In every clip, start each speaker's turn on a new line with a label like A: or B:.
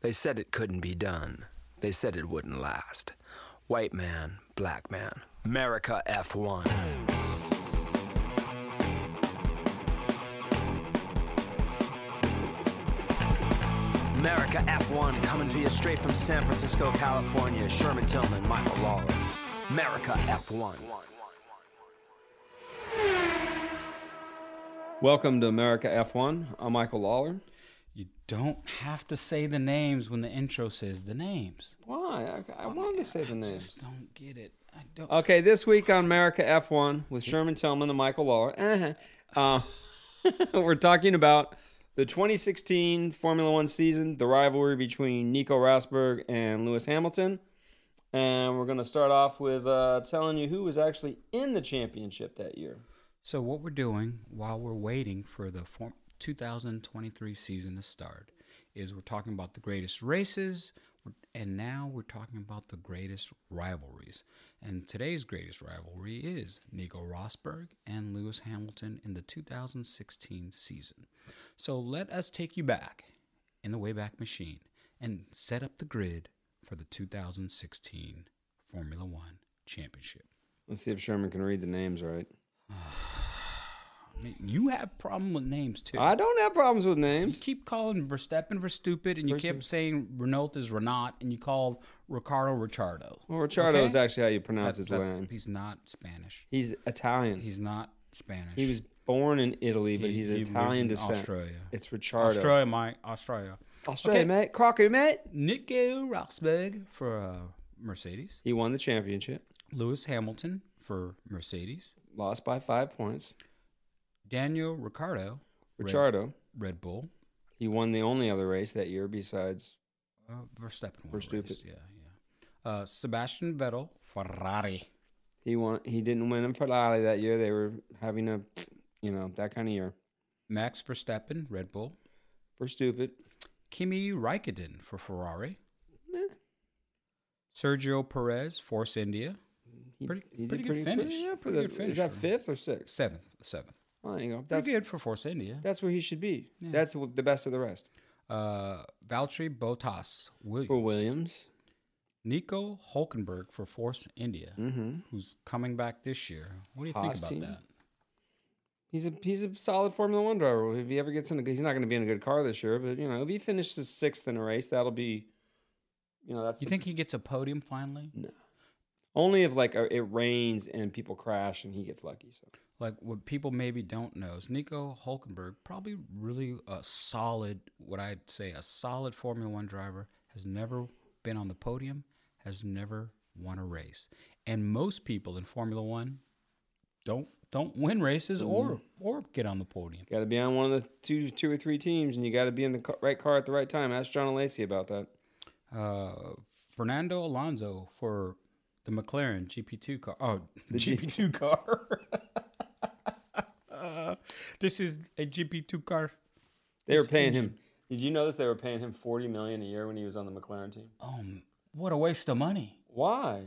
A: They said it couldn't be done. They said it wouldn't last. White man, black man, America F1. America F1 coming to you straight from San Francisco, California. Sherman Tillman, Michael Lawler. America F1.
B: Welcome to America F1. I'm Michael Lawler.
C: You don't have to say the names when the intro says the names.
B: Why? I, I wanted to say the names.
C: Just don't get it. I don't.
B: Okay, this week on America F1 with Sherman Tillman and Michael Lawler, uh-huh, uh, we're talking about the 2016 Formula One season, the rivalry between Nico Rosberg and Lewis Hamilton. And we're going to start off with uh, telling you who was actually in the championship that year.
C: So what we're doing while we're waiting for the form- 2023 season to start is we're talking about the greatest races, and now we're talking about the greatest rivalries. And today's greatest rivalry is Nico Rosberg and Lewis Hamilton in the 2016 season. So let us take you back in the Wayback Machine and set up the grid for the 2016 Formula One Championship.
B: Let's see if Sherman can read the names right.
C: I mean, you have problem with names too.
B: I don't have problems with
C: You
B: names.
C: keep calling Verstappen for stupid, and you kept saying Renault is Renault, and you called Ricardo Ricciardo.
B: Well, Ricciardo
C: Okay?
B: is actually how you pronounce his
C: That- that-
B: name.
C: He's not Spanish.
B: He's Italian.
C: He's not Spanish.
B: He was born in Italy, but
C: He-
B: he's
C: he lives
B: Italian
C: in
B: descent.
C: Australia.
B: It's Ricciardo. Australia,
C: Australia, Mike. Australia. Okay.
B: mate. Crocker, mate.
C: Nico Rosberg for uh, Mercedes.
B: He won the championship,
C: Lewis Hamilton for Mercedes.
B: lost by five points.
C: Daniel Ricciardo, Red-
B: Ricciardo,
C: Red Bull.
B: he won the only other race that year besides.
C: Uh, Verstappen. won
B: For
C: the race.
B: stupid.
C: Yeah, yeah. Uh, Sebastian Vettel, Ferrari.
B: He won. He didn't win in Ferrari that year. They were having a, you know, that kind of year.
C: Max Verstappen, Red Bull.
B: For stupid.
C: Kimi Raikkonen for Ferrari.
B: Eh,
C: Sergio Perez, Force India.
B: he,
C: Pretty-
B: he did
C: pretty good finish.
B: yeah, for
C: Pretty
B: the-
C: good finish
B: Is that
C: for him.
B: fifth or sixth?
C: Seventh, seventh.
B: Well, there you go.
C: Pretty
B: That's
C: good for Force India.
B: that's where he should be.
C: Yeah.
B: That's the best of the rest.
C: Uh, Valtteri Bottas, Williams.
B: For Williams.
C: Nico Hulkenberg for Force India,
B: Mm-hmm.
C: who's coming back this year. What do you
B: Haas
C: think
B: team.
C: about that?
B: He's a he's a solid Formula One driver. If he ever gets in, a, good- he's not going to be in a good car this year. But you know, if he finishes sixth in a race, that'll be, you know, that's
C: You
B: the-
C: think he gets a podium finally?
B: only if like uh, it rains and people crash and he gets lucky. So
C: Like what people maybe don't know is Nico Hulkenberg, probably really a solid, what I'd say, a solid Formula One driver, has never been on the podium, has never won a race, and most people in Formula One don't don't win races or or get on the podium.
B: got to be on one of the two two or three teams, and you got to be in the ca- right car at the right time. Ask John Alacy about that.
C: Uh, Fernando Alonso for the McLaren GP2 car. Oh, the GP2 car. Uh, this is a GP2 car.
B: They were
C: This
B: paying
C: engine-
B: him. Did you notice they were paying him forty million a year when he was on the McLaren team?
C: Um, what a waste of money.
B: Why?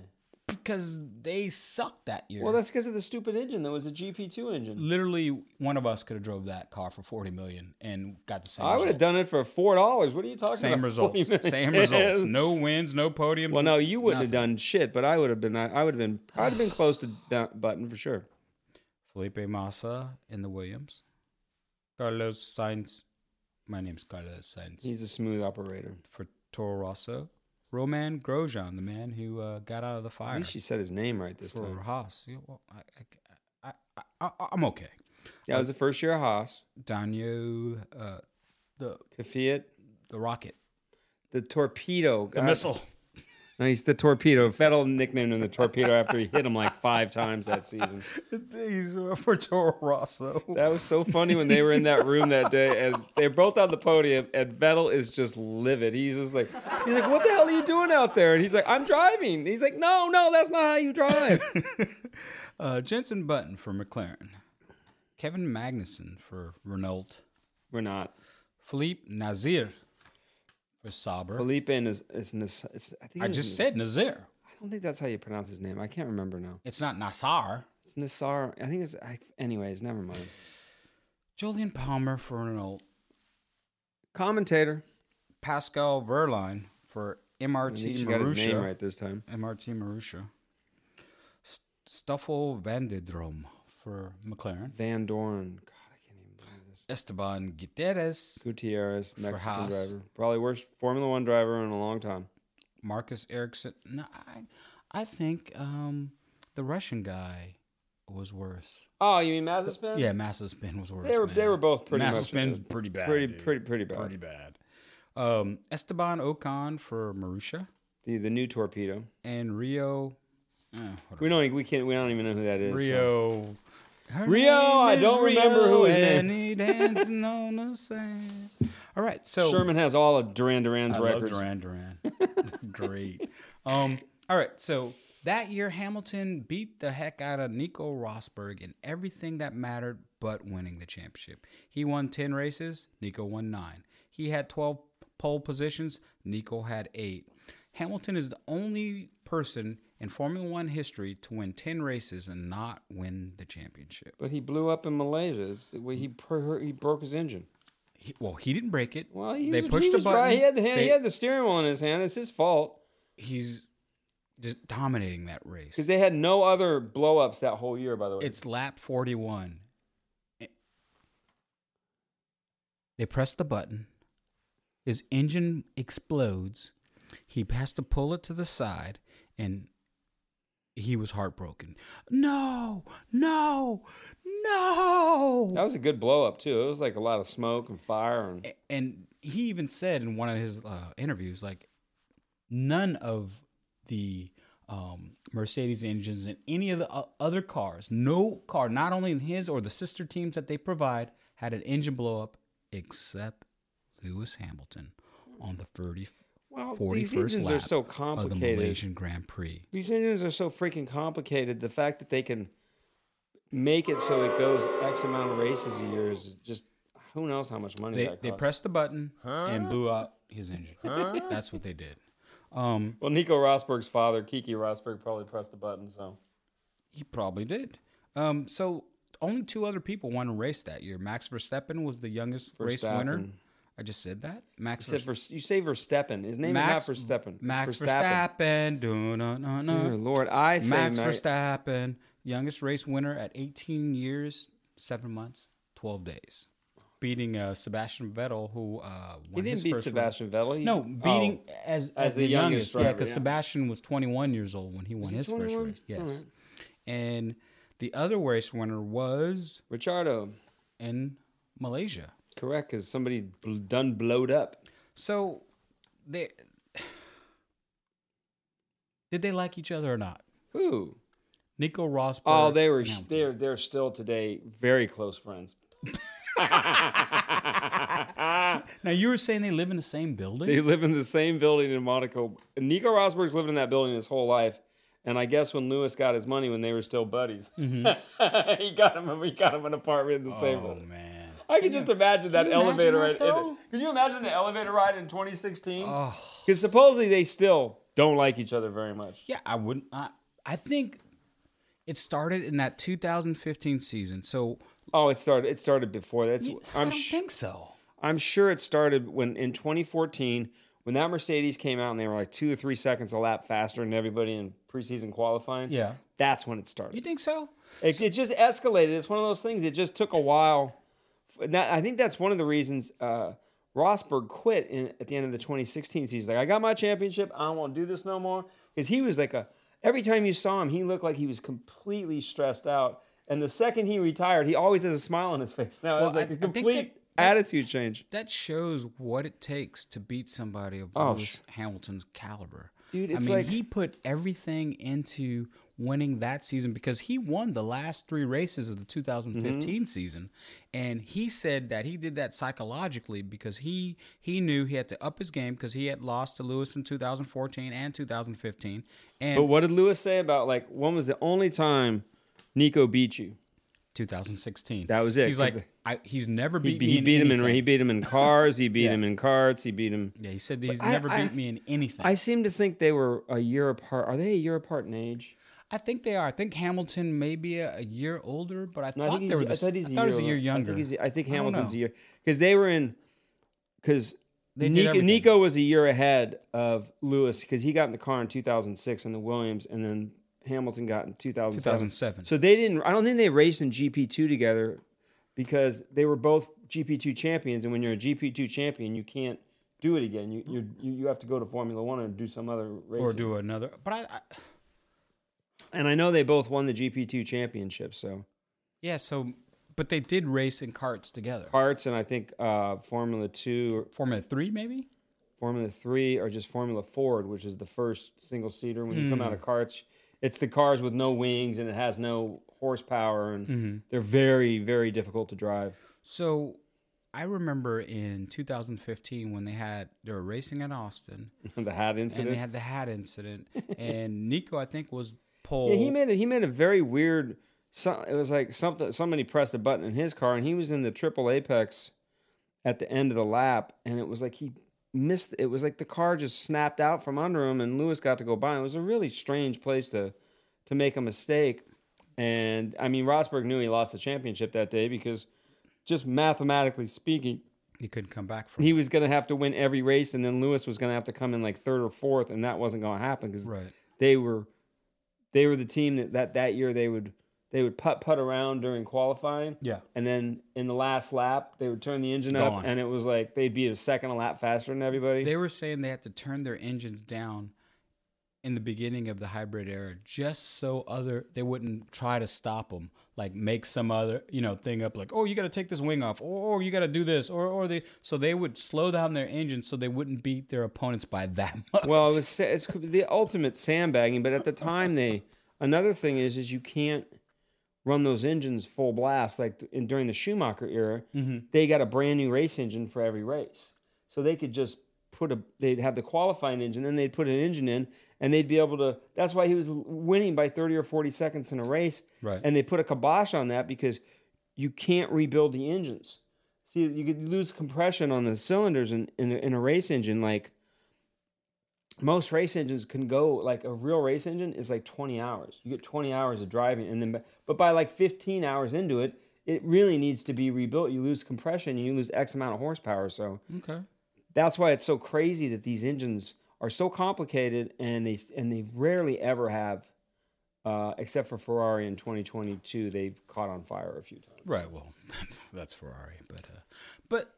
C: Because they sucked that year.
B: Well, that's because of the stupid engine. That was a GP two engine.
C: literally one of us could have drove that car for 40 million and got the same
B: I would have done it for four dollars. What are you talking
C: Same
B: about?
C: results.
B: 40
C: Same
B: million?
C: results. No wins, no podiums.
B: Well, no, you wouldn't have done shit, but I would have been. I, I would have been. I'd have been close to bu- button for sure.
C: Felipe Massa in the Williams. Carlos Sainz. My name's Carlos Sainz.
B: He's a smooth operator.
C: for Toro Rosso. Roman Grosjean, the man who uh, got out of the
B: At
C: fire
B: least she said his name right this
C: for
B: time.
C: Haas. You know, well, I, I, I, I, I, I'm okay.
B: That was the first year of Haas.
C: Daniel, uh, the
B: Kafiat,
C: the rocket,
B: the torpedo.
C: the
B: God.
C: missile.
B: No, he's the torpedo. Vettel nicknamed him the torpedo after he hit him like five times that season.
C: He's for Toro Rosso.
B: That was so funny when they were in that room that day, and they're both on the podium, and Vettel is just livid. He's just like, he's like, "What the hell are you doing out there?" And he's like, "I'm driving." He's like, "No, no, that's not how you drive."
C: Uh, Jensen Button for McLaren. Kevin Magnussen for Renault.
B: we're not.
C: Philippe Nazir for Sauber.
B: Felipe is is, is, is I think
C: I
B: it was
C: just
B: Nas-
C: said Nazir.
B: I don't think that's how you pronounce his name. I can't remember now.
C: It's not Nassar.
B: It's Nassar. I think it's. I, anyways, never mind.
C: Julian Palmer for Renault.
B: Commentator.
C: Pascal Verline for
B: At least
C: MRT
B: you got his name
C: Marussia.
B: right this time.
C: MRT Marussia. St- Stoffel Vandedrom for McLaren.
B: Van Dorn. God, I can't even do this.
C: Esteban Gutierrez.
B: Gutierrez, Mexican
C: Haas.
B: driver. Probably worst Formula One driver in a long time.
C: Marcus Ericsson. No, I, I think um, the Russian guy was worse.
B: Oh, you mean Mazepin?
C: Yeah, Mazepin was worse.
B: They were-
C: man.
B: they were both pretty much-
C: Mazepin's pretty bad.
B: pretty-
C: dude.
B: pretty- pretty bad.
C: Pretty bad. Um, Esteban Ocon for Marussia
B: The the new torpedo.
C: and Rio. eh, whatever.
B: We don't e, we can't we don't even know who that is. so-
C: Rio. Her
B: Rio, I
C: is
B: don't remember who his
C: and
B: name-
C: he dancing on the sand. All right, so
B: Sherman has all of Duran Duran's
C: I love
B: records.
C: Duran Duran. Great. Um, all right, so that year Hamilton beat the heck out of Nico Rosberg in everything that mattered but winning the championship. He won 10 races, Nico won 9. He had 12 pole positions, Nico had 8. Hamilton is the only person in Formula 1 history to win 10 races and not win the championship.
B: But he blew up in Malaysia. It's, well, he per- he broke his engine.
C: He, well, he didn't break it.
B: Well, he
C: they
B: was,
C: pushed
B: he was
C: a button.
B: Right. He had the hand,
C: They-
B: he had the steering wheel in his hand. It's his fault
C: he's just dominating that race.
B: because they had no other blow ups that whole year. By the way,
C: It's lap 41. It- They press the button. His engine explodes. He has to pull it to the side, and he was heartbroken. No, no, no.
B: that was a good blow up too. It was like a lot of smoke and fire and
C: A- and he even said in one of his uh, interviews like none of the um, mercedes engines and any of the o- other cars no car not only in his or the sister teams that they provide had an engine blow up except lewis hamilton on the 30,
B: well,
C: 41st
B: these engines
C: lap
B: are so
C: of the
B: complicated.
C: malaysian grand prix
B: These engines are so freaking complicated. The fact that they can make it so it goes X amount of races a year is just who knows how much money
C: they,
B: that
C: they
B: costs.
C: pressed the button and blew out his engine that's what they did um,
B: well, Nico Rosberg's father, Kiki Rosberg, probably pressed the button. So
C: He probably did. Um, so only two other people won a race that year. Max Verstappen was the youngest race winner.
B: Verstappen.
C: I just said that. Max
B: you, said
C: Verst-
B: Vers- you say Verstappen. His name
C: Max
B: is not Verstappen. It's
C: Max Verstappen. Dun, dun, dun,
B: Dear
C: dun.
B: Lord, I say
C: Max
B: Max-
C: Verstappen, youngest race winner at 18 years, seven months, 12 days, beating uh, Sebastian Vettel, who uh,
B: He
C: won his
B: didn't beat
C: first
B: Sebastian Vettel. He-
C: No,
B: Oh.
C: beating as, as the, youngest, yeah,
B: driver,
C: because
B: yeah.
C: Sebastian was 21 years old when he won
B: he
C: his
B: 21?
C: first race. Yes,
B: Alright.
C: and the other race winner was
B: Ricciardo.
C: in Malaysia.
B: Correct, because somebody bl- done blowed up.
C: So, they did they like each other or not?
B: Who?
C: Nico Rosberg.
B: Oh, they were.
C: and
B: sh-
C: Hamilton.
B: They're they're still today very close friends.
C: Now you were saying they live in the same building.
B: They live in the same building in Monaco. Nico Rosberg's lived in that building his whole life, and I guess when Lewis got his money, when they were still buddies, he got him. He got him an apartment in the same
C: Mm-hmm. oh
B: building.
C: man.
B: I can just imagine that
C: you imagine
B: elevator
C: that,
B: ride.
C: though?
B: in- could you imagine the elevator ride in 2016? Because
C: Oh.
B: supposedly they still don't like each other very much.
C: Yeah, I wouldn't. I, I think it started in that 2015 season. So
B: Oh, it started. It started before that. It's-
C: I
B: I'm
C: don't
B: sh-
C: think so.
B: I'm sure it started when in 2014 when that Mercedes came out and they were like two or three seconds a lap faster than everybody in preseason qualifying.
C: Yeah.
B: that's when it
C: You
B: started.
C: think so?
B: It, it just escalated. It's one of those things. It just took a while. And that- I think that's one of the reasons uh, Rosberg quit in, at the end of the 2016 season. Like, I got my championship. I don't want to do this no more. Because he was like a. Every time you saw him, he looked like he was completely stressed out. And the second he retired, he always has a smile on his face. Now
C: Well,
B: it's like
C: I-
B: a
C: I think that-
B: complete attitude change.
C: That shows what it takes to beat somebody of
B: Oh,
C: Lewis
B: sh-
C: Hamilton's caliber.
B: Dude,
C: I
B: it's
C: mean,
B: like-
C: he put everything into winning that season because he won the last three races of the 2015
B: Mm-hmm.
C: season, and he said that he did that psychologically because he he knew he had to up his game because he had lost to Lewis in 2014 and 2015, and
B: But what did Lewis say about like when was the only time Nico beat you?
C: 2016.
B: That was it,
C: He's
B: 'cause
C: like, I, he's never
B: He,
C: beat me.
B: he
C: in
B: beat him in
C: anything.
B: he beat him in cars, he beat
C: Yeah.
B: him in carts, he beat him.
C: Yeah, he said he's
B: I-
C: never
B: I-
C: beat me in anything.
B: I seem to think they were a year apart. Are they a year apart in age?
C: I think they are. I think Hamilton may be a, a year older, but I
B: No,
C: thought
B: think
C: they were.
B: he's-
C: The,
B: I thought he's
C: I thought it was a year
B: older. I
C: younger.
B: think, he's- I think
C: don't
B: Hamilton's a
C: know.
B: year because they were in because
D: They did
B: Nico,
D: everything.
B: Nico was a year ahead of Lewis because he got in the car in 2006 on the Williams, and then Hamilton got in 2007.
C: 2007.
B: So they didn't. I don't think they raced in GP2 together because they were both GP2 champions, and when you're a GP2 champion, you can't do it again. You you're, you you have to go to Formula One or do some other race.
C: or do another. But I, I
B: And I know they both won the GP2 championship, so
C: yeah. So, but they did race in carts together.
B: parts and I think uh, Formula Two or
C: Formula three, maybe.
B: Formula Three or just Formula Ford, which is the first single seater when you come out of carts. It's the cars with no wings and it has no horsepower, and they're very, very difficult to drive.
C: So, I remember in 2015 when they had they were racing in Austin
B: the hat
C: and
B: incident.
C: they had the hat incident, and Nico I think was
B: Mm-hmm. yeah,
C: pole.
B: he made a, he made a very weird. So, it was like something. Somebody pressed a button in his car, and he was in the triple apex at the end of the lap, and it was like he missed. It was like the car just snapped out from under him, and Lewis got to go by. It was a really strange place to to make a mistake. And I mean, Rosberg knew he lost the championship that day because, just mathematically speaking,
C: he couldn't come back from.
B: he was going to have to win every race, and then Lewis was going to have to come in like third or fourth, and that wasn't going to happen because
C: right.
B: they were they were the team that that, that year they would they would putt putt around during qualifying
C: Yeah.
B: and then in the last lap they would turn the engine
C: Gone.
B: up and it was like they'd be a second a lap faster than everybody
C: They were saying they had to turn their engines down in the beginning of the hybrid era just so other they wouldn't try to stop them like make some other you know thing up like oh you got to take this wing off or, or you got to do this or or they so they would slow down their engines so they wouldn't beat their opponents by that much
B: well it was sa- it's the ultimate sandbagging but at the time they another thing is is you can't run those engines full blast like in, during the schumacher era they got a brand new race engine for every race so they could just put a they'd have the qualifying engine then they'd put an engine in and they'd be able to that's why he was l- winning by 30 or 40 seconds in a race
C: Right.
B: and they put a kibosh on that because you can't rebuild the engines see you could lose compression on the cylinders in, in, a- in a race engine like most race engines can go like a real race engine is like 20 hours you get 20 hours of driving and then but by like 15 hours into it it really needs to be rebuilt you lose compression and you lose x amount of horsepower so
C: okay
B: that's why it's so crazy that these engines are so complicated and they and they rarely ever have uh, except for Ferrari in 2022 they've caught on fire a few times
C: Right. Well, that's Ferrari, but uh, but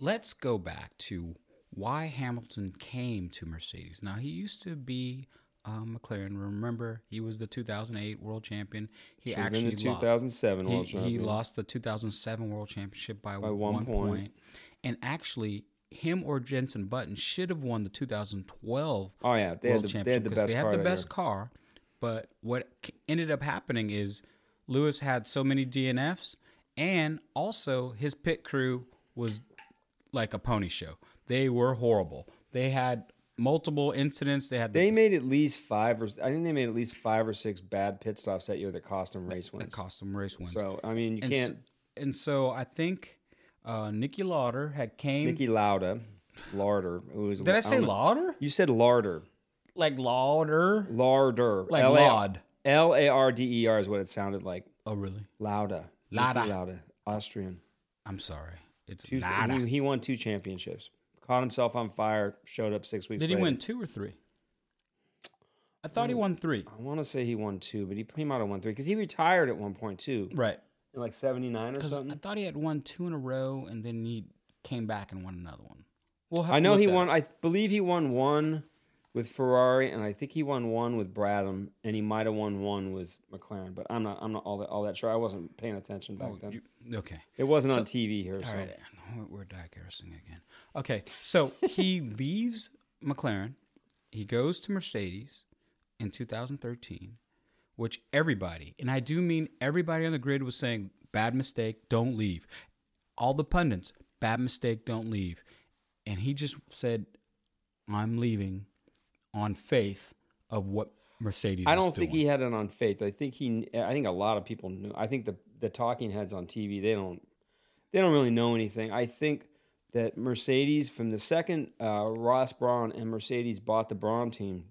C: let's go back to why Hamilton came to Mercedes. Now he used to be uh, McLaren. Remember, he was the 2008 World Champion. He
B: Should've been
C: actually
B: the
C: lost-
B: 2007
C: he-
B: World
C: he,
B: Champion.
C: lost the 2007 World Championship by,
B: one
C: one,
B: point.
C: point. and actually. Him or Jensen Button should have won the 2012
B: oh yeah they had
C: World
B: the, they had
C: Championship
B: the
C: because
B: best
C: they had
B: car
C: the
B: that
C: best
B: year.
C: car. But what c- ended up happening is Lewis had so many DNFs, and also his pit crew was like a pony show. They were horrible. They had multiple incidents. They had
B: they
C: the,
B: made at least five or I think they made at least five or six bad pit stops that year that cost them race wins
C: that cost them race wins.
B: so I mean you
C: and, s-
B: can't
C: and so I think uh, Nicky Lauder had came.
B: Nicky Lauda Larder who is
C: did I say
B: don't know.
C: Lauder?
B: you said Larder
C: Like Lauder?
B: Larder
C: Like
B: L A-
C: Laud.
B: L A R D E R is what it sounded like
C: Oh, really?
B: Lauda.
C: Lauda.
B: Niki Lauda. Austrian.
C: I'm sorry. It's
B: Two,
C: Lauder.
B: He, he won two championships. Caught himself on fire. Showed up six weeks.
C: Did he
B: later.
C: win two or three? I thought he won three.
B: I want to say he won two, but he, he might have won three because he retired at one point too,
C: Right.
B: in like '79 or
C: Because I
B: something.
C: thought he had won two in a row and then he came back and won another one. Well,
B: I know he won. I believe he won one with Ferrari, and I think he won one with Bradham, and he might have won one with McLaren. But I'm not. I'm not all that all that sure. I wasn't paying attention back then.
C: Okay.
B: it wasn't on TV here. So
C: Oh, All right. We're- We're digressing again. Okay. So he leaves McLaren. He goes to Mercedes in 2013, which everybody, and I do mean everybody on the grid, was saying, bad mistake, don't leave. All the pundits, bad mistake, don't leave. And he just said, I'm leaving on faith of what Mercedes
B: I
C: is
B: don't think
C: doing.
B: he had it on faith. I think he. I think a lot of people knew. I think the the talking heads on TV they don't they don't really know anything. I think that Mercedes from the second uh, Ross Brawn and Mercedes bought the Braun team,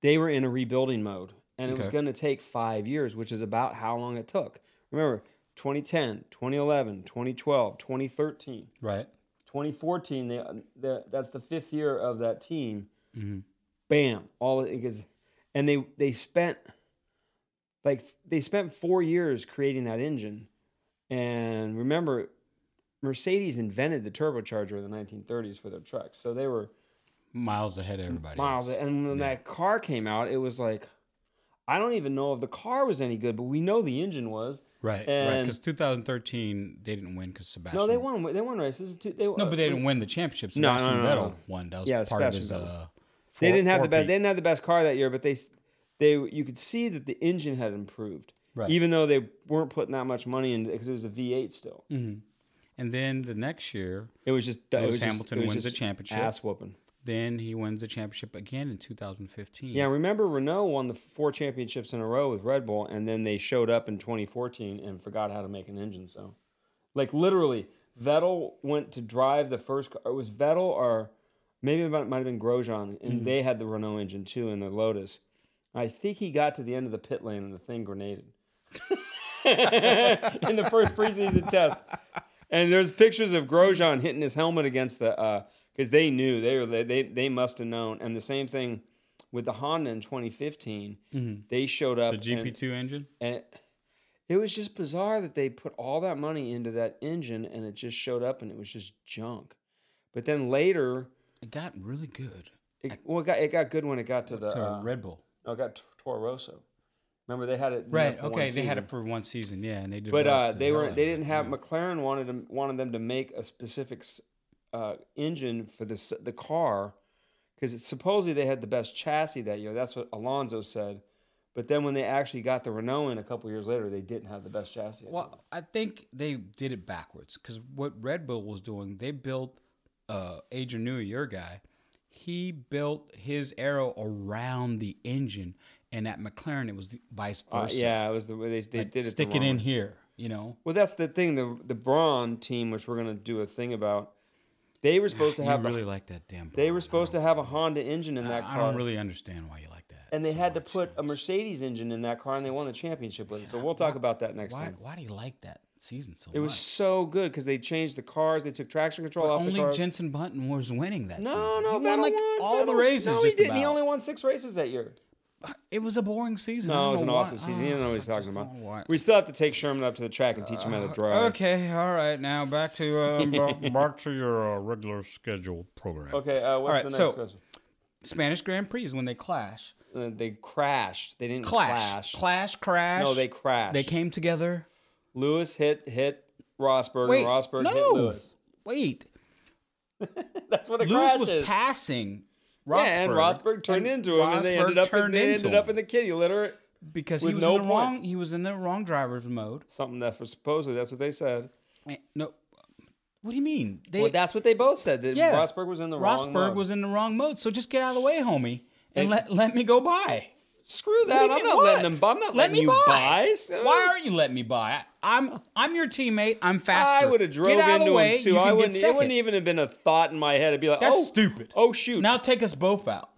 B: they were in a rebuilding mode, and it was
C: Okay.
B: going to take five years, which is about how long it took. Remember, 2010, 2011, 2012, 2013.
C: Right.
B: 2014, they, the that's the fifth year of that team. Bam, all it gets, and they they spent like they spent four years creating that engine, and remember, Mercedes invented the turbocharger in the 1930s for their trucks, so they were
C: Miles ahead of everybody.
B: miles.
C: else.
B: And when that car came out, it was like, I don't even know if the car was any good, but we know the engine was.
C: Right, right.
B: And-
C: Because 2013, they didn't win because Sebastian.
B: No, they won. They won races. Two- They,
C: No, but they didn't win the championship.
B: No, no, no,
C: Sebastian
B: no.
C: Vettel won. That was
B: Yeah,
C: part of his.
B: Sebastian Vettel.
C: Uh,
B: They
C: four-
B: didn't have the best.
C: four-peat.
B: They didn't have the best car that year, but they s- they you could see that the engine had improved,
C: Right.
B: even though they weren't putting that much money into it because it was a V8 still.
C: Mm. And then the next year,
B: It was just it
C: Lewis
B: was just-
C: Hamilton
B: it was
C: wins
B: just
C: the championship.
B: Ass whooping.
C: then he wins the championship again in 2015.
B: Yeah, remember Renault won the four championships in a row with Red Bull, and then they showed up in 2014 and forgot how to make an engine. So, like literally, Vettel went to drive the first car. It was Vettel or maybe it might might have been Grosjean, and they had the Renault engine too in their Lotus. I think he got to the end of the pit lane and the thing grenaded in the first preseason test. And there's pictures of Grosjean hitting his helmet against the because they knew they were they they, they must have known. And the same thing with the Honda in 2015, they showed up.
C: Mm-hmm. the GP2 engine.
B: And, and it was just bizarre that they put all that money into that engine and it just showed up and it was just junk. But then later,
C: It got really good
B: it, well, it got, it got good when it got to the
C: to
B: uh,
C: Red Bull.
B: no, it got to Toro Rosso. Remember they had it in there
C: Right.
B: for one
C: Okay. They had
B: season.
C: it for one season. Yeah, and they did.
B: But uh, they were they didn't have McLaren wanted them, wanted them to make a specific s- uh, engine for the s- the car because supposedly they had the best chassis that year. That's what Alonso said. But then when they actually got the Renault in a couple years later, they didn't have the best chassis.
C: Well, I think they did it backwards because what Red Bull was doing, they built uh, Adrian Newey, your guy. He built his arrow around the engine, and at McLaren it was the vice
B: Uh,
C: versa.
B: yeah, it was the way they, they did it. the
C: stick it
B: wrong
C: in
B: way.
C: here. You know,
B: Well, that's the thing. The the Braun team, which we're gonna do a thing about, they were supposed to
C: you
B: have. a-
C: really like that damn.
B: they were supposed to have a Honda engine in that
C: I
B: car.
C: don't really understand why you like that.
B: and they
C: so
B: had to
C: much.
B: put a Mercedes engine in that car, and they won the championship with it. So we'll talk about that next
C: Why?
B: time.
C: Why do you like that season so
B: It
C: much?
B: was so good because they changed the cars. They took traction control off
C: only
B: the cars.
C: Jensen Button was winning that
B: no,
C: season.
B: no,
C: he won
B: Vettel
C: like
B: won.
C: all the
B: Vettel-
C: races.
B: No,
C: just
B: he didn't.
C: About.
B: He only won six races that year.
C: It was a boring season. I
B: No,
C: don't
B: it was an
C: know why- Ah,
B: awesome season. He didn't know what he was
C: I
B: talking
C: just
B: about.
C: don't know why.
B: We still have to take Sherman up to the track and teach him how to drive.
C: Okay, all right. Now back to uh, ba- back to your uh, regular scheduled program.
B: Okay. Uh, what's
C: right,
B: the next
C: so-
B: question?
C: Spanish Grand Prix is when they clash,
B: Uh, they crashed. They didn't
C: clash,
B: clash.
C: clash, crash.
B: No, they crashed.
C: They came together.
B: Lewis hit hit Rosberg.
C: Wait,
B: and Rosberg
C: no.
B: hit Lewis.
C: Wait,
B: That's what a
C: Lewis
B: crash
C: was
B: is.
C: passing. Rosberg,
B: yeah, and Rosberg turned
C: and
B: into him, and they
C: Rosberg
B: ended up in,
C: turned
B: they
C: into
B: ended up
C: him
B: in the kitty litter.
C: because he
B: with
C: was
B: no
C: in the wrong.
B: points.
C: He was in the wrong driver's mode.
B: Something that for supposedly that's what they said.
C: Eh, No, what do you mean? They,
B: Well, that's what they both said. That
C: Yeah.
B: Rosberg was in the wrong.
C: Rosberg
B: mode.
C: was in the wrong mode. So just get out of the way, homie, and let let me go by.
B: Screw
C: What do
B: that!
C: you
B: I'm
C: mean,
B: not
C: what?
B: letting them. I'm not
C: Let
B: letting
C: me
B: you
C: buy.
B: buy.
C: Why are you letting me buy? I'm I'm your teammate. I'm faster.
B: I would have drove
C: Get out of the
B: into
C: way.
B: him too.
C: You can
B: I
C: get
B: wouldn't. e, It
C: second.
B: wouldn't even have been a thought in my head. I'd be like,
C: That's
B: oh,
C: stupid.
B: Oh shoot!
C: Now take us both out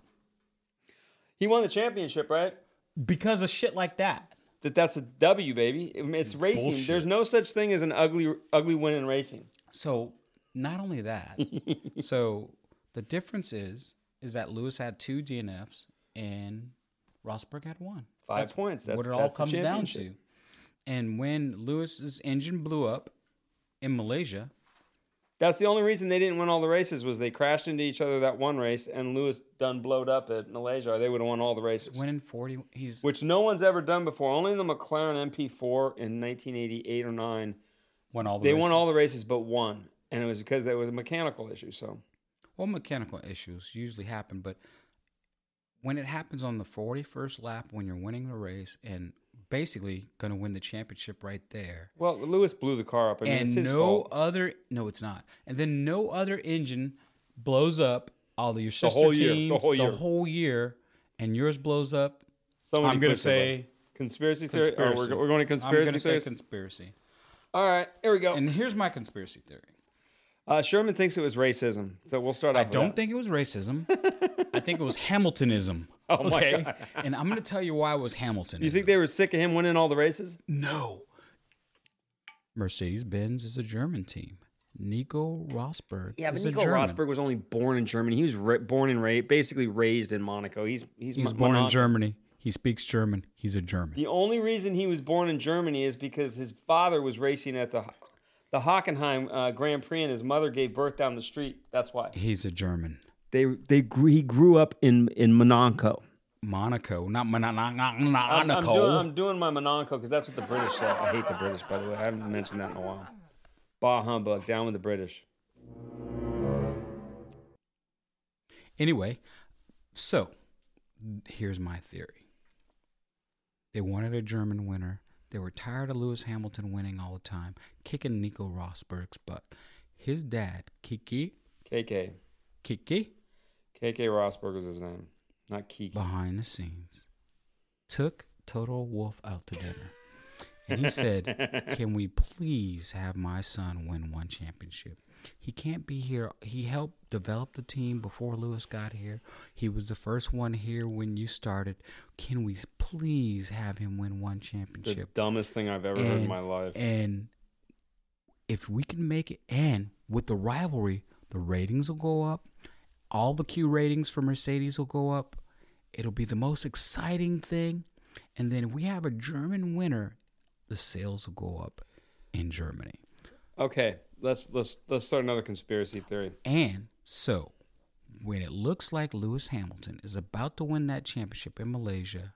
B: he won the championship, right?
C: because of shit like that.
B: That that's a W, baby. It's racing.
C: Bullshit.
B: There's no such thing as an ugly, ugly win in racing.
C: So not only that, so the difference is is that Lewis had two DNFs and Rosberg had one.
B: Five points. That's
C: what it all
B: that's the
C: comes down to.
B: championship.
C: And when Lewis's engine blew up in Malaysia,
B: That's the only reason they didn't win all the races was they crashed into each other that one race, and Lewis done blowed up at Malaysia. Or they would have won all the races.
C: winning forty, he's
B: which no one's ever done before. Only the McLaren MP4 in 1988 or 9.
C: won all the.
B: They won
C: races.
B: all the races but one, and it was because there was a mechanical issue. So
C: Well, mechanical issues usually happen, but when it happens on the 41st lap when you're winning the race and basically going to win the championship right there,
B: well, Lewis blew the car up. I mean, it's
C: and no
B: his fault.
C: other, no, it's not. And then no other engine blows up, all your sister
B: whole year, the
C: teams,
B: whole year.
C: whole year, and yours blows up.
B: Somebody
C: I'm gonna
B: pushed it,
C: say
B: like, conspiracy theory. Oh, we're, go- we're going to
C: I'm
B: conspiracy
C: gonna
B: theories.
C: say conspiracy.
B: All right, here we go.
C: And here's my conspiracy theory.
B: uh, Sherman thinks it was racism, so we'll start off.
C: I don't think it was racism. I think it was Hamiltonism.
B: Oh my God.
C: And I'm going to tell you why it was Hamilton.
B: You think they were sick of him winning all the races?
C: No. Mercedes Benz is a German team. Nico Rosberg.
B: Yeah, but
C: is a
B: Nico
C: German.
B: Rosberg was only born in Germany. He was ra- born and raised, basically raised in Monaco. He's he's,
C: He was
B: Mon-
C: born in
B: Monaco.
C: Germany. He speaks German. He's a German.
B: The only reason he was born in Germany is because his father was racing at the the Hockenheim uh, Grand Prix, and his mother gave birth down the street. That's why
C: He's a German.
B: they they grew, he grew up in in Monaco.
C: Monaco, not Mon- Mon- Mon-
B: I'm, I'm doing,
C: Monaco.
B: I'm doing my Monaco because that's what the British say. I hate the British, by the way. I haven't mentioned that in a while. Bah humbug! Down with the British.
C: Anyway, so here's my theory. They wanted a German winner. They were tired of Lewis Hamilton winning all the time, kicking Nico Rosberg's butt. His dad, Kiki,
B: KK
C: Kiki,
B: KK Rosberg was his name, not Kiki.
C: behind the scenes, took Total Wolf out to dinner. And he said, Can we please have my son win one championship? He can't be here. He helped develop the team before Lewis got here. He was the first one here when you started. Can we please have him win one
B: The
C: championship?
B: dumbest thing I've ever heard in my life.
C: And if we can make it, and with the rivalry, the ratings will go up. All the Q ratings for Mercedes will go up. It'll be the most exciting thing. And then if we have a German winner, the sales will go up in Germany.
B: Okay, let's let's let's start another conspiracy theory.
C: And so, when it looks like Lewis Hamilton is about to win that championship in Malaysia,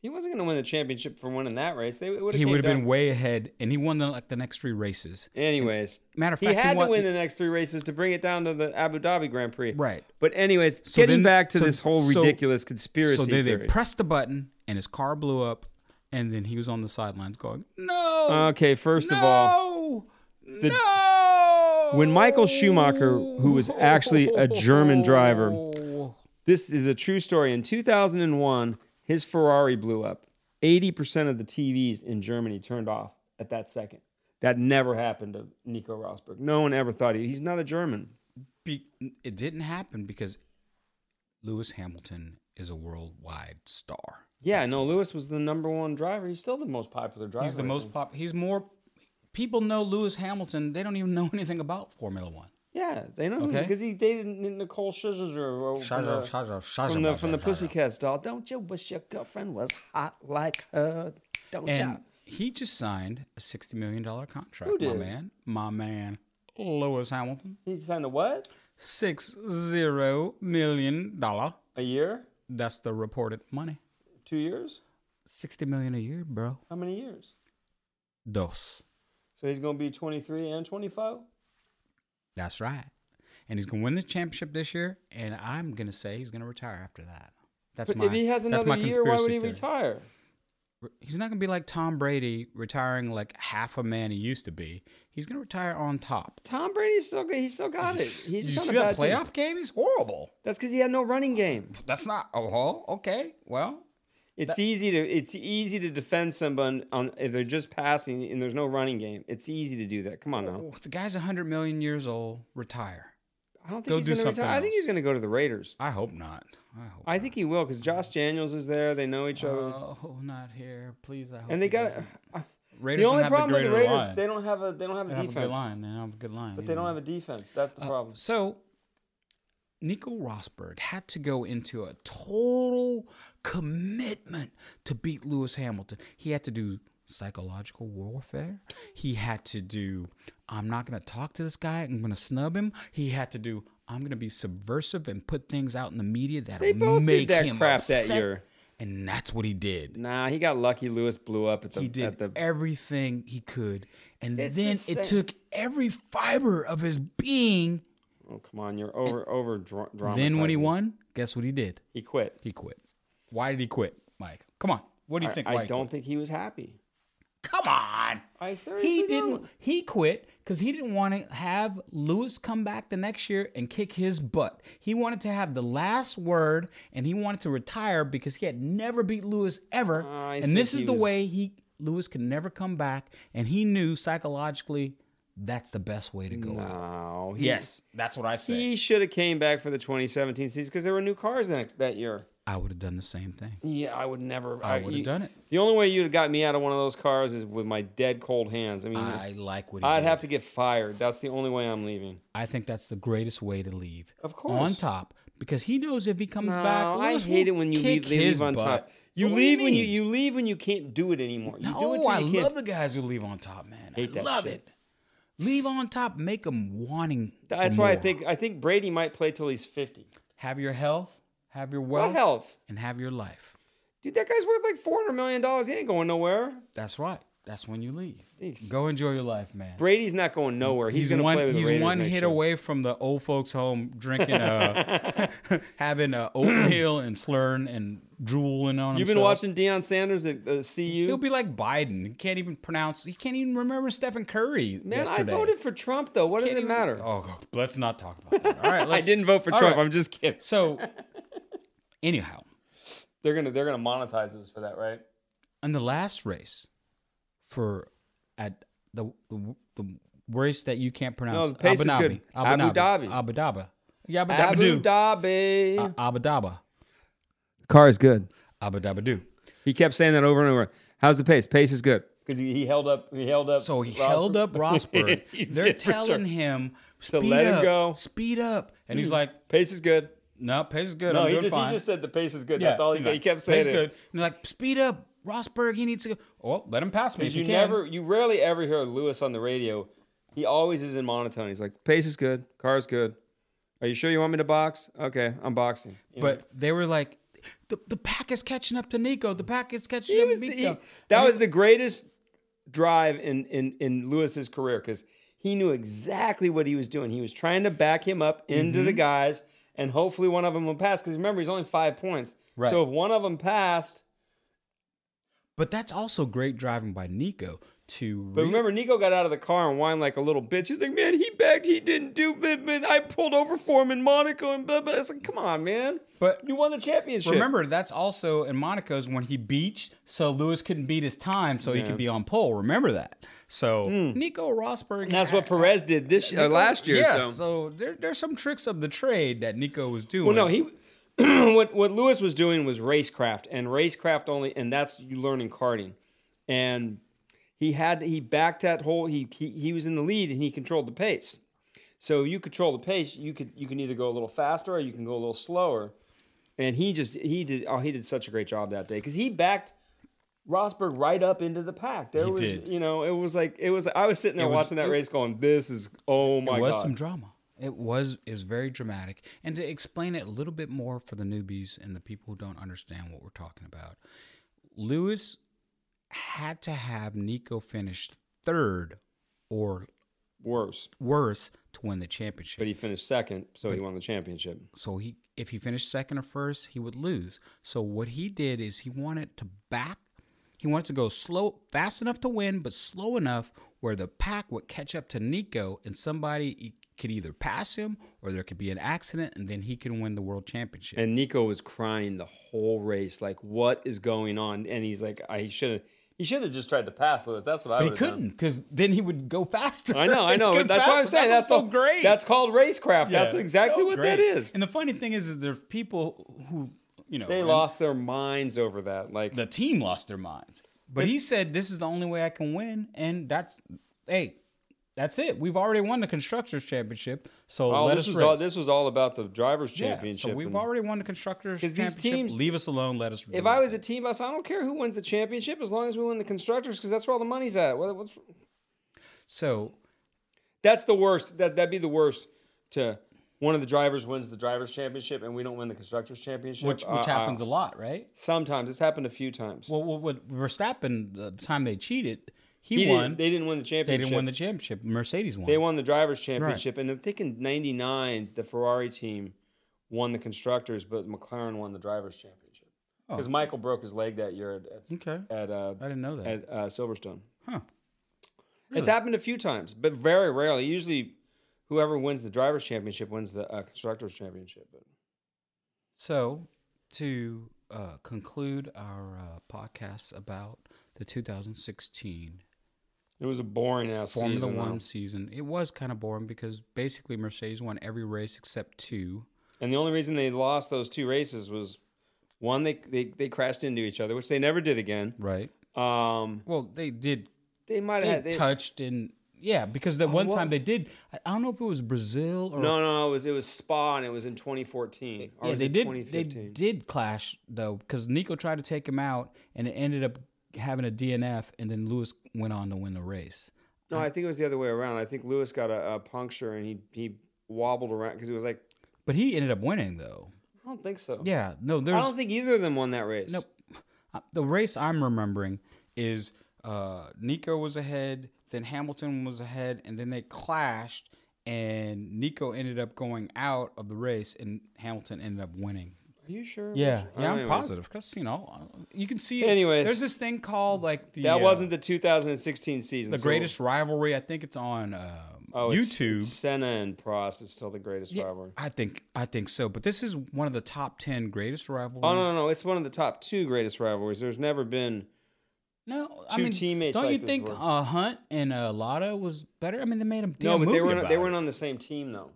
B: He wasn't going to win the championship for winning that race. They would
C: he would have been way ahead, and he won the, like the next three races.
B: Anyways,
C: Matter of
B: he
C: fact, he
B: had
C: won-
B: to win the next three races to bring it down to the Abu Dhabi Grand Prix.
C: Right.
B: But anyways,
C: So
B: getting
C: then-
B: back to
C: so-
B: this whole
C: so-
B: ridiculous conspiracy
C: So then
B: theory.
C: they pressed the button, and his car blew up, and then he was on the sidelines going, "No,
B: okay, Uh, first
C: no,
B: of all, the-
C: no."
B: when Michael Schumacher, who was actually a German driver, this is a true story. In 2001, his Ferrari blew up. 80% of the TVs in Germany turned off at that second. That never happened to Nico Rosberg. No one ever thought he, he's not a German.
C: Be- it didn't happen because Lewis Hamilton is a worldwide star.
B: Yeah, no, Lewis was the number one driver. He's still the most popular driver.
C: He's the
B: I
C: most
B: think.
C: pop. He's more. People know Lewis Hamilton. They don't even know anything about Formula One.
B: Yeah, they know
C: Okay.
B: because he dated N- Nicole Scherzer or- from the, from the, from the Pussycat doll. Don't you wish your girlfriend was hot like her? Don't
C: And
B: you?
C: he just signed a sixty million dollar contract.
B: Who
C: My
B: did?
C: man, my man, Lewis Hamilton,
B: He signed a what?
C: six zero million dollar.
B: A year?
C: That's the reported money.
B: Two years?
C: Sixty million a year, bro.
B: How many years?
C: Dos.
B: So he's going to be 23 and 25?
C: That's right. And he's gonna win the championship this year. And I'm gonna say he's gonna retire after that. That's
B: But
C: my.
B: if he has
C: that's
B: another
C: my
B: year, why would
C: conspiracy
B: he
C: theory.
B: retire?
C: He's not gonna be like Tom Brady retiring like half a man he used to be. He's gonna retire on top.
B: Tom Brady's still good. He's still got it. He's
C: you
B: just on
C: see
B: a bad
C: that
B: team.
C: playoff game? He's horrible.
B: That's because he had no running game.
C: That's not. Oh, okay. Well,
B: It's easy to it's easy to defend someone on if they're just passing and there's no running game. It's easy to do that. Come on now.
C: oh, the guy's 100 million years old. Retire.
B: I don't think
C: Go
B: he's
C: do
B: going to
C: something
B: retire. I think he's
C: else.
B: going to go to the Raiders.
C: I hope not. I hope.
B: I think he will because Josh Daniels is there. They know each other,
C: Oh, not here, please. I hope.
B: and they
C: he
B: got
C: doesn't.
B: the
C: Raiders
B: only
C: don't have
B: problem
C: the
B: with the
C: greater
B: Raiders.
C: line.
B: They don't have a they don't have
C: They
B: a
C: have a good
B: defense,
C: line. Oh. They don't have a good line.
B: but they don't have a defense. That's the problem.
C: So, Nico Rosberg had to go into a total commitment to beat Lewis Hamilton. He had to do psychological warfare. He had to do, I'm not going to talk to this guy. I'm going to snub him. He had to do, I'm going to be subversive and put things out in the media that'll
B: They both did
C: make
B: that
C: him
B: crap that
C: upset.
B: year.
C: And that's what he did.
B: Nah, he got lucky. Lewis blew up at the
C: He did
B: at the
C: everything he could. And
B: It's the
C: then
B: same-
C: it took every fiber of his being.
B: Oh come on, you're over over dra- dramatizing.
C: Then when he won, guess what he did?
B: he quit.
C: He quit. Why did he quit, Mike? Come on. What do you
B: I,
C: think?
B: I
C: Mike?
B: don't think he was happy.
C: Come on.
B: I seriously
C: He
B: don't.
C: didn't. He quit because he didn't want to have Lewis come back the next year and kick his butt. He wanted to have the last word, and he wanted to retire because he had never beat Lewis ever.
B: I
C: and this
B: think
C: is
B: he
C: the
B: was-
C: way he Lewis could never come back, and he knew psychologically that's the best way to go out.
B: No, he-
C: Yes, that's what I say.
B: He should have came back for the 2017 season because there were new cars that, that year.
C: I would have done the same thing.
B: Yeah, I would never.
C: I would've
B: you-
C: done it.
B: The only way you'd have got me out of one of those cars is with my dead cold hands. I mean,
C: I like what he
B: I'd
C: did.
B: have to get fired. That's the only way I'm leaving.
C: I think that's the greatest way to leave.
B: Of course.
C: On top. Because he knows if he comes
B: No,
C: back,
B: I
C: Lewis will
B: hate it when you
C: kick
B: leave, they leave
C: his
B: on
C: butt.
B: top. You
C: What do
B: leave when you
C: mean?
B: you leave when you can't do it anymore. You do it
C: No,
B: till
C: I
B: you can't.
C: love the guys who leave on top, man.
B: Hate
C: I
B: that
C: love
B: shit.
C: it. Leave on top, make them wanting.
B: That's
C: for
B: why I
C: more.
B: think I think Brady might play till he's fifty.
C: have your health, have your
B: What
C: wealth,
B: health,
C: and have your life.
B: dude? That guy's worth like four hundred million dollars. He ain't going nowhere.
C: That's right. That's when you leave.
B: Thanks.
C: Go enjoy your life, man.
B: Brady's not going nowhere. He's,
C: He's,
B: gonna
C: one.
B: play with the
C: he's
B: Raiders
C: one
B: next
C: hit
B: year.
C: away from the old folks' home, drinking, uh, having uh, oatmeal and slurring and drooling on.
B: You've
C: himself.
B: been watching Deion Sanders at uh, CU.
C: He'll be like Biden. He can't even pronounce. He can't even remember Stephen Curry.
B: Man,
C: yesterday.
B: I voted for Trump though. What does
C: Can't
B: it
C: even-
B: matter?
C: Oh, God, let's not talk about that. All right,
B: I
C: let's-
B: didn't vote for
C: all
B: Trump.
C: right.
B: I'm just kidding.
C: So, anyhow,
B: They're gonna they're gonna monetize us for that, right?
C: in the last race, for at the the, the race that you can't pronounce,
B: the pace is good. Abu
C: Abu Dhabi,
B: Dhabi.
C: Abu Dhabi, Yeah, Abu
B: Abu
C: Dhabi, Doo.
B: Dhabi.
C: Uh, Abu Dhabi,
B: car is good.
C: Abu Dhabi. Doo.
B: He kept saying that over and over. How's the pace? Pace is good. Because he, he held up. He held up.
C: So he
B: Rosberg.
C: held up Rosberg.
B: He
C: They're
B: did, for
C: telling
B: sure.
C: him speed
B: let him
C: up,
B: go.
C: speed up, and he's like,
B: Pace is good.
C: "No, pace is good.
B: No,
C: I'm
B: he
C: doing
B: just,
C: fine."
B: he just said the pace is good. That's all he
C: he's
B: said.
C: like,
B: he kept
C: "Pace
B: saying
C: is
B: it.
C: good. And they're like, "Speed up, Rosberg. He needs to go." Well, let him pass me. If
B: You
C: he can.
B: never, you rarely ever hear Lewis on the radio. He always is in monotone. He's like, pace is good. Car's good. Are you sure you want me to box? Okay, I'm boxing. You know?
C: But they were like, the, the pack is catching up to Nico. The pack is catching
B: He
C: up
B: was
C: to
B: the-
C: Nico.
B: he- that was the greatest drive in in in Lewis's career because he knew exactly what he was doing. He was trying to back him up into
C: Mm-hmm.
B: the guys, and hopefully one of them would pass. Because remember, he's only five points.
C: Right.
B: So if one of them passed,
C: but that's also great driving by Nico to.
B: but
C: re-
B: remember, Nico got out of the car and whined like a little bitch. He's like, "Man, he begged, he didn't do, but, but I pulled over for him in Monaco and blah blah." It's like, come on, man.
C: But-
B: you won the championship.
C: remember that's also in Monaco's when he beached, so Lewis couldn't beat his time, so he could be on pole. Remember that. So Nico Rosberg.
B: Hmm. And that's what Perez did this uh, last year.
C: Yeah.
B: so.
C: So, there, there's some tricks of the trade that Nico was doing.
B: Well, no, he what what Lewis was doing was racecraft and racecraft only, and that's you learn in karting. And he had he backed that whole he he, he was in the lead and he controlled the pace. So you control the pace, you could you can either go a little faster or you can go a little slower. And he just he did oh he did such a great job that day because he backed. Rosberg right up into the pack. There
C: He
B: was,
C: did.
B: you know, it was like it was. I was sitting there
C: was-
B: watching that
C: it-
B: race, going, "This is oh my
C: It was
B: god!"
C: some drama. It was is very dramatic. And to explain it a little bit more for the newbies and the people who don't understand what we're talking about, Lewis had to have Nico finish third or
B: worse,
C: worse to win the
B: but
C: championship.
B: he finished second, so he won the championship.
C: so he if he finished second or first, he would lose. So what he did is he wanted to back he wanted to go slow fast enough to win, but slow enough where the pack would catch up to Nico and somebody e- could either pass him or there could be an accident and then he can win the world championship.
B: And Nico was crying the whole race, like, "What is going on?" And he's like, "I should have, he should have just tried to pass Lewis. That's what I
C: but he
B: would've done."
C: couldn't because then he would go faster.
B: I know, I
C: He
B: know.
C: couldn't
B: but That's
C: pass
B: what I'm
C: him.
B: saying. That's,
C: what's so
B: what-
C: great.
B: That's called racecraft.
C: Yeah,
B: that's exactly
C: so
B: what
C: great.
B: that is.
C: And the funny thing is, is there are people who you know
B: They
C: and-
B: lost their minds over that. Like,
C: the team lost their minds. But he said, "This is the only way I can win," and that's hey, that's it. We've already won the constructors championship, so
B: oh,
C: let
B: this
C: us
B: was all,
C: race.
B: this was all about the drivers'
C: Yeah,
B: championship.
C: so we've
B: and-
C: already won the constructors
B: 'Cause these
C: championship.
B: teams-
C: leave us alone. Let us.
B: if I was a team boss, I don't care who wins the championship as long as we win the constructors because that's where all the money's at. What, what's
C: so
B: That's the worst. That that'd be the worst. To one of the drivers wins the drivers' championship and we don't win the constructors' championship,
C: which which
B: Uh, uh,
C: happens a lot, right?
B: Sometimes it's happened a few times.
C: Well, well, what Verstappen the time they cheated, he,
B: He
C: won.
B: didn't, they didn't win the
C: they
B: championship.
C: didn't win the championship. Mercedes won.
B: They won the drivers' championship, and I think in '99 the Ferrari team won the constructors, but McLaren won the drivers' championship because Michael broke his leg that year at at,
C: Oh. Okay.
B: at, uh,
C: I didn't know that.
B: at uh, Silverstone.
C: Huh.
B: It's happened a few times, but very rarely. Usually, whoever wins the drivers' championship wins the uh, constructors' championship. But
C: So, to uh, conclude our uh, podcast about the 2016
B: it was a boring ass
C: Formula
B: season, though.
C: One season. It was kind of boring because basically Mercedes won every race except two.
B: and the only reason they lost those two races was One, they, they they crashed into each other, which they never did again.
C: Right.
B: Um,
C: Well, they did
B: they might
C: they
B: have had they, Oh,
C: touched and yeah, because that one
B: what?
C: time they did. I I don't know if it was Brazil or
B: No, no, no, it was it was Spa, and it was in 2014 or
C: yeah,
B: was
C: they
B: it
C: did.
B: 2015?
C: They did clash though, because Nico tried to take him out, and it ended up having a DNF, and then Lewis went on to win the race.
B: No, I think it was the other way around. I think Lewis got a, a puncture and he he wobbled around because it was like
C: But he ended up winning though.
B: I don't think so.
C: Yeah, no,
B: I
C: there's
B: don't think either of them won that race.
C: Nope. Uh, The race I'm remembering is uh, Nico was ahead, then Hamilton was ahead, and then they clashed, and Nico ended up going out of the race, and Hamilton ended up winning.
B: Are you sure?
C: Yeah, yeah, I'm
B: Anyways,
C: positive because you know uh, you can see.
B: Anyways.
C: there's this thing called like the
B: That
C: uh,
B: wasn't the 2016 season.
C: the
B: so-
C: greatest rivalry. I think it's on um
B: Oh, it's-
C: YouTube.
B: it's Senna and Prost is still the greatest
C: Yeah,
B: rivalry.
C: I think I think so, but this is one of the top ten greatest rivalries.
B: Oh no, no, no! It's one of the top two greatest rivalries. There's never been.
C: No, I
B: two
C: mean,
B: teammates
C: Don't
B: like
C: you
B: this
C: think
B: were.
C: uh, Hunt and uh, Lotto was better? I mean, they made them.
B: no, but they
C: were
B: weren't. They weren't on the same team though.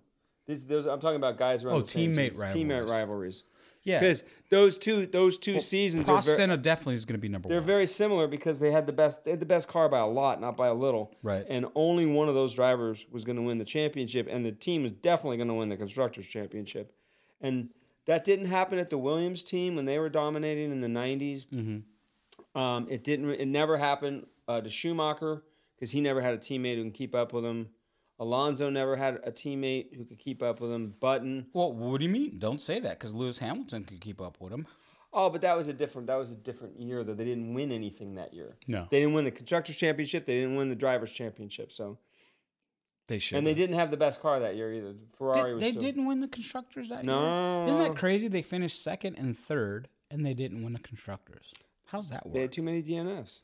B: These, those, I'm talking about guys around.
C: Oh,
B: the same
C: teammate
B: teams. Teammate
C: rivalries.
B: rivalries.
C: Yeah,
B: Because those two, those two seasons are
C: Prost
B: very,
C: Senna definitely is going to be number
B: they're
C: one.
B: very similar because they had the best they had the best car by a lot, not by a little.
C: Right.
B: And only one of those drivers was going to win the championship, and the team was definitely going to win the constructors championship. And that didn't happen at the Williams team when they were dominating in the '90s. Um, it didn't. It never happened uh, to Schumacher because he never had a teammate who can keep up with him. Alonso never had a teammate who could keep up with him. Button.
C: well, what do you mean? Don't say that because Lewis Hamilton could keep up with him.
B: Oh, but that was a different that was a different year though. They didn't win anything that year.
C: No.
B: They didn't win the constructors championship, they didn't win the drivers championship. So
C: They should.
B: and they didn't have the best car that year either. Ferrari was
C: They
B: still,
C: didn't win the constructors that
B: No.
C: year. Isn't that crazy? They finished second and third, and they didn't win the constructors. How's that
B: they had
C: work?
B: too many DNFs.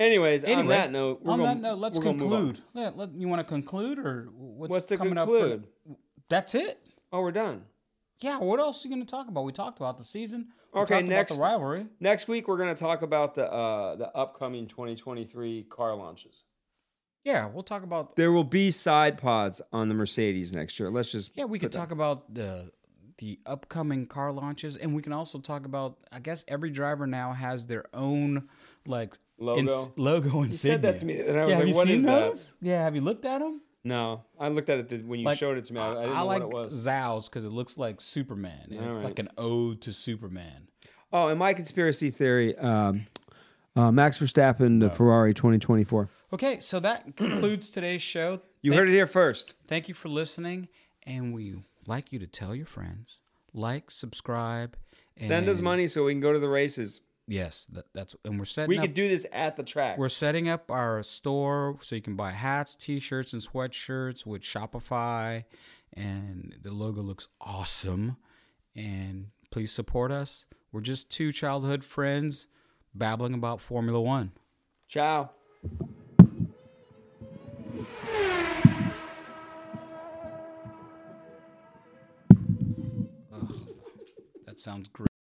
B: Anyways, on
C: Anyway,
B: that note, we're
C: on
B: gonna,
C: that note, let's
B: we're gonna move on.
C: conclude. Let- let- you want to conclude or what's,
B: What's to
C: coming up?
B: conclude?
C: For, that's it.
B: Oh, we're done.
C: Yeah, what else are you going to talk about? We talked about the season. We
B: Okay,
C: talked
B: next-
C: about the rivalry.
B: Next week we're gonna talk about the uh, the upcoming 2023 car launches.
C: Yeah, we'll talk about.
B: There will be side pods on the Mercedes next year. Let's just
C: Yeah, we could talk about the the upcoming car launches, and we can also talk about. I guess every driver now has their own like
B: Logo.
C: logo insignia. You
B: said that to me, and I was like,
C: have you
B: "What
C: seen
B: is that?"
C: those? Yeah, have you looked at them?
B: No, I looked at it the, when you showed it to me. I, I didn't know
C: like
B: what it was.
C: Zow's because it looks like Superman. and It's
B: All right.
C: like an ode to Superman.
B: Oh, and my conspiracy theory: um, uh, Max Verstappen
C: Oh.
B: to Ferrari 2024.
C: Okay, so that concludes today's show.
B: You heard it here first.
C: Thank you for listening, and we like you to tell your friends, like, subscribe, and
B: Send us money so we can go to the races.
C: Yes, that, that's and we're setting
B: We
C: up.
B: could do this at the track.
C: we're setting up our store so you can buy hats, t-shirts, and sweatshirts with Shopify, and the logo looks awesome. And please support us. We're just two childhood friends babbling about Formula One.
B: Ciao.
C: That sounds great.